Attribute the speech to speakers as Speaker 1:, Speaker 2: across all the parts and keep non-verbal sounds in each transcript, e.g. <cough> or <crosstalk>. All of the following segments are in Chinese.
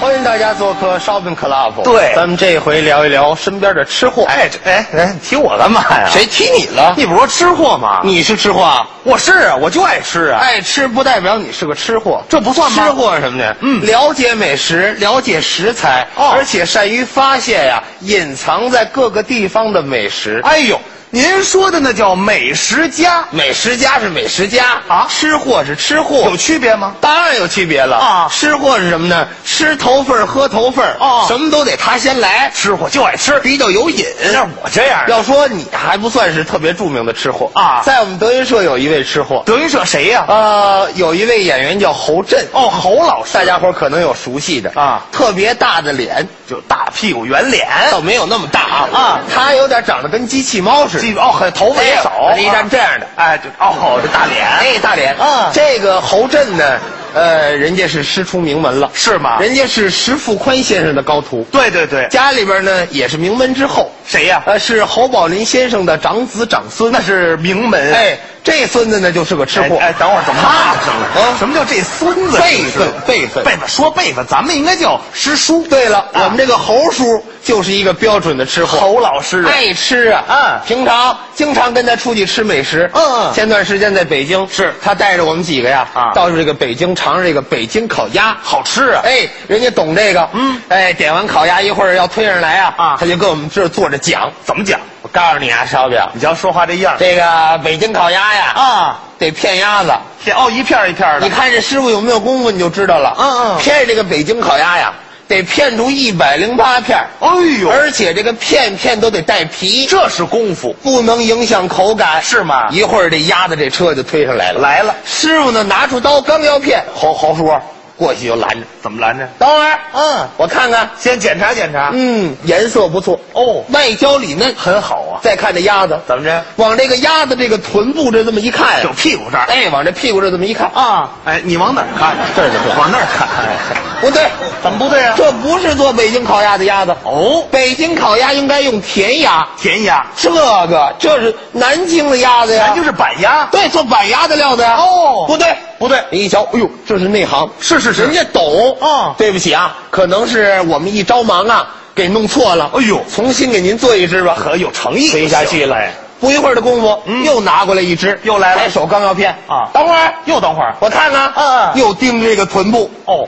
Speaker 1: 欢迎大家做客 Shopping Club。
Speaker 2: 对
Speaker 1: 咱们这回聊一聊身边的吃货。
Speaker 2: 哎这哎哎，你提我干嘛呀？
Speaker 1: 谁
Speaker 2: 提你了你不是说吃货吗？
Speaker 1: 你哎是吃货啊？
Speaker 2: 我是啊，我就爱吃啊。
Speaker 1: 爱吃不代表你是个吃货，
Speaker 2: 这不算吗
Speaker 1: 吃货是什么呢？
Speaker 2: 嗯
Speaker 1: 了解美食，了解食材，
Speaker 2: 哦
Speaker 1: 而且善于发现呀、隐藏在各个地方的美食。
Speaker 2: 哎呦，您说的那叫美食家，
Speaker 1: 美食家是美食家
Speaker 2: 啊
Speaker 1: 吃货是吃货，
Speaker 2: 有区别吗？
Speaker 1: 当然有区别了
Speaker 2: 啊
Speaker 1: 吃货是什么呢？吃头份儿喝头份儿
Speaker 2: 哦
Speaker 1: 什么都得他先来，
Speaker 2: 吃货就爱吃，
Speaker 1: 比较有瘾。
Speaker 2: 像我这样的，
Speaker 1: 要说你还不算是特别著名的吃货
Speaker 2: 哎啊
Speaker 1: 在我们德云社有一位吃货，
Speaker 2: 德云社谁呀、
Speaker 1: 呃，有一位演员叫侯震，
Speaker 2: 哦，侯老师
Speaker 1: 大家伙儿可能有熟悉的
Speaker 2: 啊
Speaker 1: 特别大的脸，
Speaker 2: 就大屁股圆脸，
Speaker 1: 倒没有那么大啊
Speaker 2: 啊
Speaker 1: 他有点长得跟机器猫似的，
Speaker 2: 记哦，很头发也少，
Speaker 1: 哎一张这样的，
Speaker 2: 哎，就哦，这大脸，
Speaker 1: 哎，大脸
Speaker 2: 啊
Speaker 1: 这个侯震呢，呃，人家是师出名门了，
Speaker 2: 是吗？
Speaker 1: 人家是石富宽先生的高徒，
Speaker 2: 啊对对对，
Speaker 1: 家里边呢也是名门之后，
Speaker 2: 谁呀、
Speaker 1: 呃，是侯宝林先生的长子长孙，
Speaker 2: 那是名门。
Speaker 1: 哎，这孙子呢就是个吃货。
Speaker 2: 哎，哎等会儿，等会
Speaker 1: 啊
Speaker 2: 儿，等会儿，什么叫这孙子？
Speaker 1: 辈分辈分
Speaker 2: 辈分，说辈分，咱们应该叫
Speaker 1: 师叔。对了，我们这个侯叔就是一个标准的吃货，
Speaker 2: 侯老师啊。
Speaker 1: 爱吃啊。
Speaker 2: 嗯
Speaker 1: 平常经常跟他出去吃美食。
Speaker 2: 嗯嗯
Speaker 1: 前段时间在北京，
Speaker 2: 是
Speaker 1: 他带着我们几个呀，
Speaker 2: 啊
Speaker 1: 到这个北京尝尝这个北京烤鸭。
Speaker 2: 好吃啊！
Speaker 1: 哎，人家懂这个，
Speaker 2: 嗯
Speaker 1: 哎，点完烤鸭一会儿要推上来啊，
Speaker 2: 啊
Speaker 1: 他就跟我们这儿坐着讲。
Speaker 2: 怎么讲？
Speaker 1: 我告诉你啊，烧饼，
Speaker 2: 你瞧说话这样
Speaker 1: 这个北京烤鸭呀，
Speaker 2: 啊，
Speaker 1: 得片鸭子，
Speaker 2: 片哦一片儿一片儿的。
Speaker 1: 你看这师傅有没有功夫，你就知道了。
Speaker 2: 嗯嗯
Speaker 1: 片这个北京烤鸭呀，得片出一百零八片儿，
Speaker 2: 哎呦，
Speaker 1: 而且这个片片都得带皮，
Speaker 2: 这是功夫，
Speaker 1: 不能影响口感。
Speaker 2: 是吗
Speaker 1: 一会儿这鸭子这车就推上来了。，
Speaker 2: 来了，
Speaker 1: 师傅呢拿出刀刚要片，侯侯叔过去就拦着，
Speaker 2: 怎么拦着？
Speaker 1: 等会儿，
Speaker 2: 嗯，
Speaker 1: 我看看，
Speaker 2: 先检查检查。
Speaker 1: 嗯，颜色不错，
Speaker 2: 哦，
Speaker 1: 外焦里嫩。
Speaker 2: 很好啊。
Speaker 1: 再看这鸭子，
Speaker 2: 怎么着？
Speaker 1: 往这个鸭子这个臀部这这么一看呀
Speaker 2: 就，屁股这儿。
Speaker 1: 哎，往这屁股这这么一看，
Speaker 2: 啊，哎，你往哪儿看？
Speaker 1: 这儿就对
Speaker 2: 往那儿看。哎
Speaker 1: 不对，
Speaker 2: 怎么不对啊？
Speaker 1: 这不是做北京烤鸭的鸭子，
Speaker 2: 哦，
Speaker 1: 北京烤鸭应该用甜鸭，
Speaker 2: 甜鸭，
Speaker 1: 这个这是南京的鸭子呀，
Speaker 2: 咱就是板鸭。
Speaker 1: 对做板鸭的料子呀。
Speaker 2: 哦
Speaker 1: 不对，
Speaker 2: 不对，
Speaker 1: 你一瞧，哎呦，这是内行，
Speaker 2: 是是是
Speaker 1: 人家懂。
Speaker 2: 哦
Speaker 1: 对不起啊，可能是我们一着忙啊，给弄错了。
Speaker 2: 哎呦
Speaker 1: 重新给您做一只吧，
Speaker 2: 可有诚意。
Speaker 1: 推下去了。不一会儿的功夫，
Speaker 2: 嗯
Speaker 1: 又拿过来一只，
Speaker 2: 又来了
Speaker 1: 抬手刚要片
Speaker 2: 啊
Speaker 1: 等会儿，
Speaker 2: 又等会儿。
Speaker 1: 我看看，
Speaker 2: 嗯嗯
Speaker 1: 又盯着这个臀部，
Speaker 2: 哦，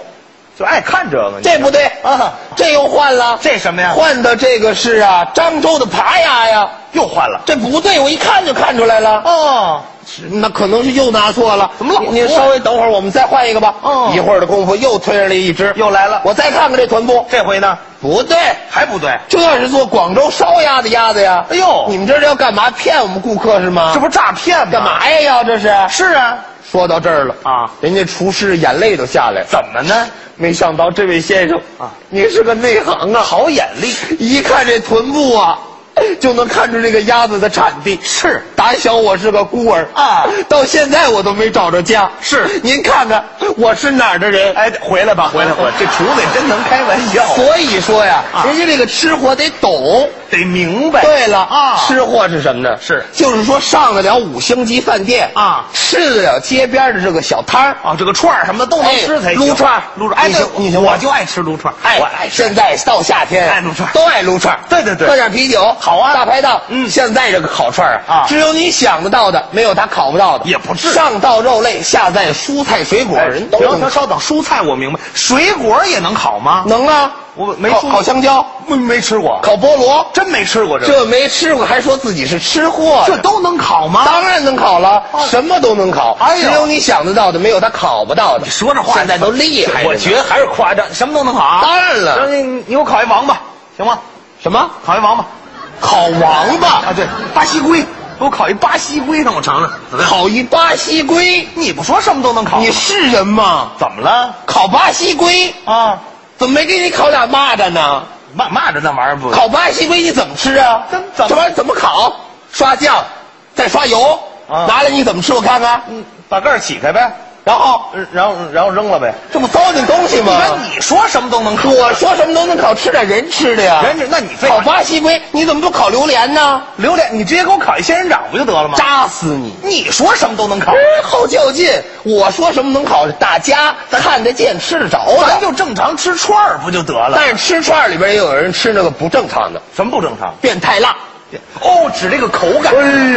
Speaker 2: 就爱看这个。
Speaker 1: 这不对，
Speaker 2: 啊，
Speaker 1: 这又换了，
Speaker 2: 这什么呀？
Speaker 1: 换的这个是啊，漳州的爬鸭呀，
Speaker 2: 又换了。
Speaker 1: 这不对，我一看就看出来了，
Speaker 2: 哦，
Speaker 1: 那可能是又拿错了。
Speaker 2: 怎么老
Speaker 1: 你你
Speaker 2: 错
Speaker 1: 稍微等会儿，我们再换一个吧。
Speaker 2: 哦
Speaker 1: 一会儿的功夫又推上来一只，
Speaker 2: 又来了。
Speaker 1: 我再看看这臀部，
Speaker 2: 这回呢
Speaker 1: 不对，
Speaker 2: 还不对。
Speaker 1: 这是做广州烧鸭的鸭子呀。
Speaker 2: 哎呦
Speaker 1: 你们这是要干嘛？骗我们顾客是吗？
Speaker 2: 这不是诈骗吗？
Speaker 1: 干？嘛呀？要这是？
Speaker 2: 是啊。
Speaker 1: 说到这儿了
Speaker 2: 啊
Speaker 1: 人家厨师眼泪都下来了。
Speaker 2: 怎么呢？
Speaker 1: 没想到这位先生
Speaker 2: 啊，
Speaker 1: 您是个内行啊，
Speaker 2: 好眼力。
Speaker 1: 一看这臀部啊，就能看出这个鸭子的产地。
Speaker 2: 是
Speaker 1: 打小我是个孤儿
Speaker 2: 啊
Speaker 1: <laughs> 到现在我都没找着家。
Speaker 2: 是
Speaker 1: 您看看我是哪儿的人？
Speaker 2: 哎，回来吧，回来回来。这厨子也真能开玩笑，
Speaker 1: 所以 <laughs> 说呀，
Speaker 2: 啊
Speaker 1: 人家这个吃货得懂。
Speaker 2: 得明白。
Speaker 1: 对了
Speaker 2: 啊，
Speaker 1: 吃货是什么呢？
Speaker 2: 是
Speaker 1: 就是说上得了五星级饭店
Speaker 2: 啊
Speaker 1: 吃得了街边的这个小摊儿。
Speaker 2: 啊，这个串儿什么的都能吃才行。
Speaker 1: 哎撸串儿
Speaker 2: 撸串儿。哎，
Speaker 1: 你
Speaker 2: 对
Speaker 1: 行你行吗
Speaker 2: 我就爱吃撸串儿，
Speaker 1: 哎
Speaker 2: 我爱，吃。
Speaker 1: 现在到夏天，
Speaker 2: 爱撸串
Speaker 1: 都爱撸串。
Speaker 2: 对对对
Speaker 1: 喝点啤酒，
Speaker 2: 好啊
Speaker 1: 大排档，
Speaker 2: 嗯
Speaker 1: 现在这个烤串儿
Speaker 2: 啊
Speaker 1: 只有你想得到的，没有它烤不到的。
Speaker 2: 也不至于
Speaker 1: 上到肉类，下在蔬菜水果，
Speaker 2: 哎
Speaker 1: 人都
Speaker 2: 行，
Speaker 1: 能
Speaker 2: 那稍等，蔬菜我明白，水果也能烤吗？
Speaker 1: 能啊。
Speaker 2: 我没
Speaker 1: 烤
Speaker 2: 吃过
Speaker 1: 烤香蕉，
Speaker 2: 没没吃过，
Speaker 1: 烤菠萝，
Speaker 2: 真没吃过这个
Speaker 1: 这没吃过还说自己是吃货，
Speaker 2: 这都能烤吗？
Speaker 1: 当然能烤了，
Speaker 2: 哦
Speaker 1: 什么都能烤。
Speaker 2: 哎呦
Speaker 1: 只有你想得到的，没有它烤不到的。
Speaker 2: 你说这话
Speaker 1: 现在都厉害着呢。
Speaker 2: 我觉得还是夸张，什么都能烤啊。
Speaker 1: 当然了
Speaker 2: 让你你给我烤一王八，行吗？
Speaker 1: 什么
Speaker 2: 烤一王八
Speaker 1: 烤王八
Speaker 2: 啊，，对，巴西龟，给我烤一巴西龟，让我尝尝。怎么样？
Speaker 1: 烤一巴西龟，
Speaker 2: 你不说什么都能烤吗？
Speaker 1: 你是人吗？
Speaker 2: 怎么了？
Speaker 1: 烤巴西龟，
Speaker 2: 啊，
Speaker 1: 怎么没给你烤俩蚂蚱呢？
Speaker 2: 骂骂着那玩意儿不？
Speaker 1: 烤巴西龟你怎么吃啊？
Speaker 2: 怎怎么
Speaker 1: 这玩意儿怎么烤？刷酱，再刷油，
Speaker 2: 啊
Speaker 1: 拿来你怎么吃？我看看。
Speaker 2: 嗯嗯，把盖儿起开呗。
Speaker 1: 然后，嗯然后，然后扔了呗，这不糟践东西
Speaker 2: 你看
Speaker 1: 吗？
Speaker 2: 你说什么都能考，
Speaker 1: 我说什么都能烤，吃点人吃的呀。
Speaker 2: 人是那你废
Speaker 1: 烤
Speaker 2: 话，
Speaker 1: 巴西龟，你怎么不烤榴莲呢？
Speaker 2: 榴莲，你直接给我烤一仙人掌不就得了吗？
Speaker 1: 扎死你！哎
Speaker 2: 你说什么都能考，
Speaker 1: 日后就近，我说什么能烤，大家看得见、吃得着
Speaker 2: 咱
Speaker 1: 的。
Speaker 2: 就正常吃串儿不就得了？
Speaker 1: 但是吃串儿里边也有人吃那个不正常的，
Speaker 2: 什么不正常？
Speaker 1: 变态辣。
Speaker 2: 哦，指这个口感。哎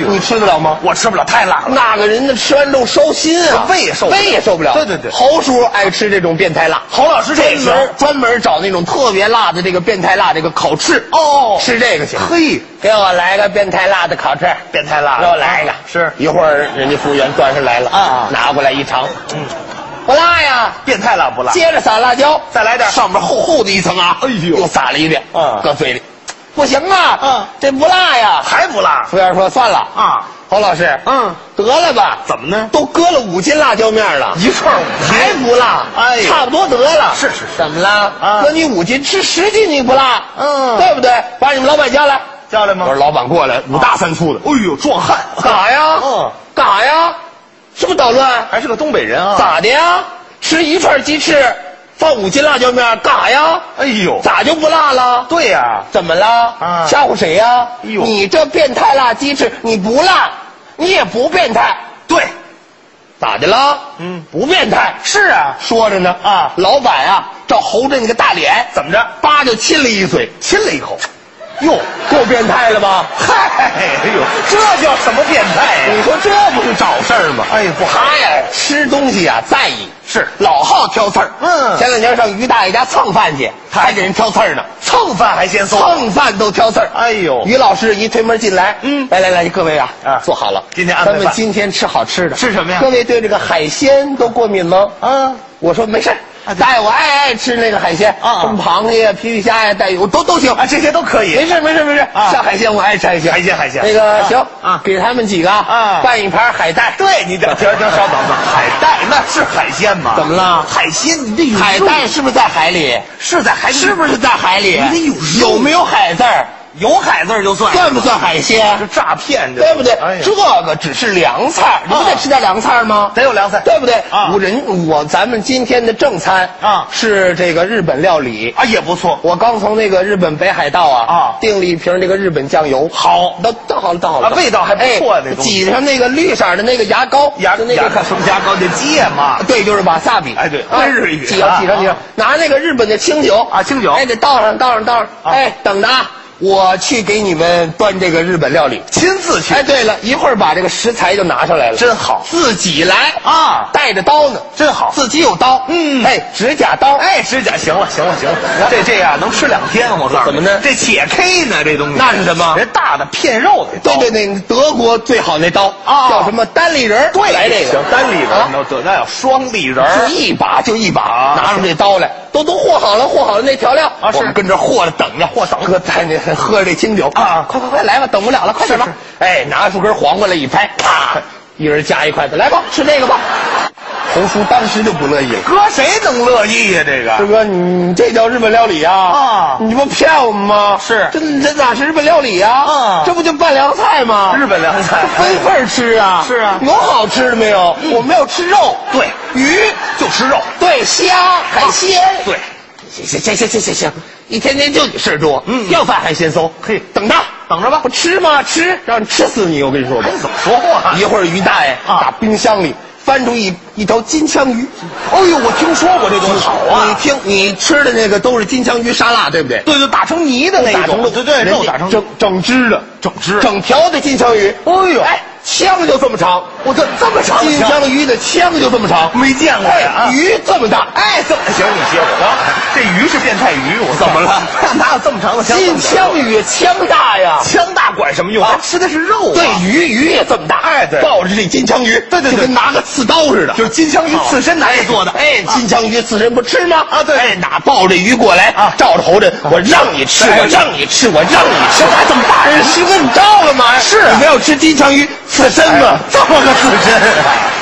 Speaker 2: 呦
Speaker 1: 你吃得了吗？
Speaker 2: 我吃不了，太辣了。
Speaker 1: 那个人的吃完之后烧心啊，
Speaker 2: 胃也受不了
Speaker 1: 胃也受不了。
Speaker 2: 对对对
Speaker 1: 侯叔爱吃这种变态辣，
Speaker 2: 侯老师这
Speaker 1: 专
Speaker 2: 也行
Speaker 1: 门专门找那种特别辣的这个变态辣这个烤翅，
Speaker 2: 哦
Speaker 1: 吃这个行。
Speaker 2: 嘿，
Speaker 1: 给我来个变态辣的烤翅，
Speaker 2: 变态辣
Speaker 1: 给
Speaker 2: 了。
Speaker 1: 我来一个。
Speaker 2: 是
Speaker 1: 一会儿人家服务员端上来了
Speaker 2: 啊
Speaker 1: 拿过来一尝，
Speaker 2: 嗯，
Speaker 1: 不辣呀。
Speaker 2: 变态辣不辣？
Speaker 1: 接着撒辣椒，
Speaker 2: 再来点
Speaker 1: 上面厚厚的一层啊，
Speaker 2: 哎呦
Speaker 1: 又撒了一遍，
Speaker 2: 嗯
Speaker 1: 搁嘴里，不行啊，
Speaker 2: 嗯
Speaker 1: 这不辣呀。
Speaker 2: 还不辣
Speaker 1: 服务员说算了，
Speaker 2: 啊？
Speaker 1: 侯老师，
Speaker 2: 嗯，
Speaker 1: 得了吧，
Speaker 2: 怎么呢？
Speaker 1: 都割了五斤辣椒面了，
Speaker 2: 一串五
Speaker 1: 嗯还不辣？
Speaker 2: 哎呀
Speaker 1: 差不多得了。
Speaker 2: 是是是
Speaker 1: 怎么了？
Speaker 2: 啊
Speaker 1: 那你五斤吃十斤你不辣，
Speaker 2: 嗯
Speaker 1: 对不对？把你们老板叫来。
Speaker 2: 叫来
Speaker 1: 我说？老板过来，五大三粗的，
Speaker 2: 哎呦，壮汉，
Speaker 1: 干啥呀？
Speaker 2: 嗯，
Speaker 1: 干啥呀？是不是捣乱？
Speaker 2: 还是个东北人啊？？
Speaker 1: 咋的呀？吃一串鸡翅，放五斤辣椒面干啥呀？
Speaker 2: 哎呦，？
Speaker 1: 咋就不辣了？
Speaker 2: 对呀，
Speaker 1: 怎么了？
Speaker 2: 啊
Speaker 1: 吓唬谁呀？
Speaker 2: 哎呦
Speaker 1: 你这变态辣鸡翅，你不辣，你也不变态，
Speaker 2: 对，
Speaker 1: 咋的了？
Speaker 2: 嗯
Speaker 1: 不变态。
Speaker 2: 是啊，
Speaker 1: 说着呢，
Speaker 2: 啊
Speaker 1: 老板啊，照侯震那个大脸，
Speaker 2: 怎么着？
Speaker 1: 叭就亲了一嘴，
Speaker 2: 亲了一口。
Speaker 1: 哟，够变态了吧？
Speaker 2: 嗨，哎呦，这叫什么变态
Speaker 1: 你
Speaker 2: 呀？
Speaker 1: 说这不是找事儿吗？
Speaker 2: 哎呀不好
Speaker 1: 他呀，吃东西啊在意，
Speaker 2: 是
Speaker 1: 老好挑刺儿。
Speaker 2: 嗯
Speaker 1: 前两天上于大爷家蹭饭去，还给人挑刺儿呢，
Speaker 2: 蹭饭还啊嫌馊？
Speaker 1: 蹭饭都挑刺儿。
Speaker 2: 哎呦，
Speaker 1: 于老师一推门进来，
Speaker 2: 嗯
Speaker 1: 来来来，各位啊，
Speaker 2: 啊
Speaker 1: 坐好了，
Speaker 2: 今天安排
Speaker 1: 咱们
Speaker 2: 饭
Speaker 1: 今天吃好吃的，
Speaker 2: 吃什么呀
Speaker 1: 各位对这个海鲜都过敏吗？
Speaker 2: 啊，
Speaker 1: 我说没事儿
Speaker 2: 啊对
Speaker 1: 大爷，我爱爱吃那个海鲜，
Speaker 2: 啊啊
Speaker 1: 什么螃蟹呀、皮皮虾呀、带鱼，我都都行。
Speaker 2: 啊，这些都可以。
Speaker 1: 没事没事没事，
Speaker 2: 啊
Speaker 1: 上海鲜我爱吃海鲜，
Speaker 2: 海鲜海鲜
Speaker 1: 那个
Speaker 2: 啊
Speaker 1: 行
Speaker 2: 啊
Speaker 1: 给他们几个
Speaker 2: 啊
Speaker 1: 拌一盘海带。
Speaker 2: 对你等停停稍等等， <laughs> 海带那是海鲜吗？
Speaker 1: 怎么了
Speaker 2: 海鲜你得有
Speaker 1: 海
Speaker 2: 肉
Speaker 1: 带是不是在海里？
Speaker 2: 是在海里，
Speaker 1: 是不是在海里？
Speaker 2: 你得有肉
Speaker 1: 有没有海字儿？
Speaker 2: 有海字儿就算
Speaker 1: 算不算海
Speaker 2: 这
Speaker 1: 鲜？
Speaker 2: 诈骗这
Speaker 1: 对不对？
Speaker 2: 哎呀
Speaker 1: 这个只是凉菜，你不得吃点凉菜吗？
Speaker 2: 得有凉菜
Speaker 1: 对不对？
Speaker 2: 啊
Speaker 1: 我人我咱们今天的正餐
Speaker 2: 啊
Speaker 1: 是这个日本料理。
Speaker 2: 啊，也不错。
Speaker 1: 我刚从那个日本北海道啊
Speaker 2: 啊
Speaker 1: 订了一瓶这个日本酱油，
Speaker 2: 好
Speaker 1: 倒倒好了，倒好了，
Speaker 2: 啊味道还不错
Speaker 1: 哎
Speaker 2: 那东西
Speaker 1: 挤上那个绿色的那个牙膏，
Speaker 2: 牙
Speaker 1: 就那个啊
Speaker 2: 牙什么牙膏？那芥末
Speaker 1: 对，就是瓦萨比。
Speaker 2: 哎对
Speaker 1: 啊
Speaker 2: 日语
Speaker 1: 挤上
Speaker 2: 啊
Speaker 1: 挤上挤上
Speaker 2: 啊，
Speaker 1: 拿那个日本的清酒
Speaker 2: 啊清酒
Speaker 1: 哎，得倒上倒上倒上，
Speaker 2: 啊
Speaker 1: 哎，等着啊，我去给你们端这个日本料理。
Speaker 2: 亲自去
Speaker 1: 哎，，对了，一会儿把这个食材就拿上来了，
Speaker 2: 真好
Speaker 1: 自己来
Speaker 2: 啊
Speaker 1: 带着刀呢，
Speaker 2: 真好。
Speaker 1: 自己有刀，
Speaker 2: 嗯
Speaker 1: 哎，指甲刀，
Speaker 2: 哎，指甲行了，行了，行了，这这样能吃两天，我告诉你。
Speaker 1: 怎么呢
Speaker 2: 这且 K 呢，这东西
Speaker 1: 那是什么
Speaker 2: 人大的片肉的，
Speaker 1: 对对对，德国最好那刀
Speaker 2: 啊
Speaker 1: 叫什么单立人儿？
Speaker 2: 对，
Speaker 1: 来这个
Speaker 2: 行，单立人
Speaker 1: 啊
Speaker 2: 儿，那得那叫双立人
Speaker 1: 就
Speaker 2: 儿。
Speaker 1: 一把就一把，
Speaker 2: 啊
Speaker 1: 拿出这刀来，都都和好了，和好了那调料
Speaker 2: 啊是
Speaker 1: 我们跟这和着等着，和等哥在那喝着这清酒
Speaker 2: 啊啊
Speaker 1: 快快快来吧，等不了了，快点吧
Speaker 2: 是，
Speaker 1: 哎，拿出根黄瓜来一拍，啪，一人夹一筷子，来吧，吃这个吧。红叔当时就不乐意了，
Speaker 2: 哥，谁能乐意呀？这
Speaker 1: 师
Speaker 2: 个
Speaker 1: 哥，你这叫日本料理啊？
Speaker 2: 啊
Speaker 1: 你这不骗我们吗？
Speaker 2: 是
Speaker 1: 这这哪是日本料理啊？
Speaker 2: 啊
Speaker 1: 这不就拌凉菜吗？
Speaker 2: 日本凉菜
Speaker 1: 分份儿吃啊。
Speaker 2: 是啊
Speaker 1: 有好吃的没有？我们要吃肉，
Speaker 2: 对
Speaker 1: 鱼，
Speaker 2: 就吃肉，
Speaker 1: 对虾、海鲜，
Speaker 2: 对，
Speaker 1: 啊行行行行行行行，一天天就你事儿多，
Speaker 2: 嗯
Speaker 1: 要饭还嫌馊，
Speaker 2: 嘿
Speaker 1: 等着哎
Speaker 2: 等着吧
Speaker 1: 不吃吗？吃，让你吃死你！我跟你说吧，
Speaker 2: 怎么说话
Speaker 1: 一会儿于大爷
Speaker 2: 啊
Speaker 1: 打冰箱里翻出一一条金枪鱼，
Speaker 2: 哎呦，我听说过这东西，好啊
Speaker 1: 你！听，你吃的那个都是金枪鱼沙拉，对不对？
Speaker 2: 对对，打成泥的那
Speaker 1: 打
Speaker 2: 一
Speaker 1: 成
Speaker 2: 种，
Speaker 1: 肉，
Speaker 2: 对对，
Speaker 1: 人
Speaker 2: 肉
Speaker 1: 家
Speaker 2: 打成
Speaker 1: 整整只的，
Speaker 2: 整只
Speaker 1: 整条的金枪鱼。
Speaker 2: 哎呦
Speaker 1: 哎，枪就这么长，
Speaker 2: 我这这么长的
Speaker 1: 金
Speaker 2: 枪
Speaker 1: 枪鱼的枪就这么长，
Speaker 2: 没见过呀
Speaker 1: 哎，
Speaker 2: 啊！
Speaker 1: 鱼这么大，
Speaker 2: 哎，这么行，你接我啊！这鱼是变态鱼，我
Speaker 1: 怎么了？
Speaker 2: 哪有这么长的枪？
Speaker 1: 金枪鱼枪大呀。
Speaker 2: 枪大管什么用？咱吃的是肉啊！
Speaker 1: 对，鱼鱼也这么大，
Speaker 2: 哎对
Speaker 1: 抱着这金枪鱼，
Speaker 2: 对对对
Speaker 1: 就跟拿个刺刀似的，
Speaker 2: 就是金枪鱼刺身拿来做的。
Speaker 1: 哎，金枪鱼刺身不吃吗？
Speaker 2: 啊对
Speaker 1: 哎，哪抱着鱼过来
Speaker 2: 啊
Speaker 1: 照着侯震，我让你吃，
Speaker 2: 哎
Speaker 1: 我让你吃，我让你吃，哎还这么
Speaker 2: 啊哎
Speaker 1: 大人，师哥你照干嘛呀？是，你没有吃金枪鱼刺身吗？这么个刺身。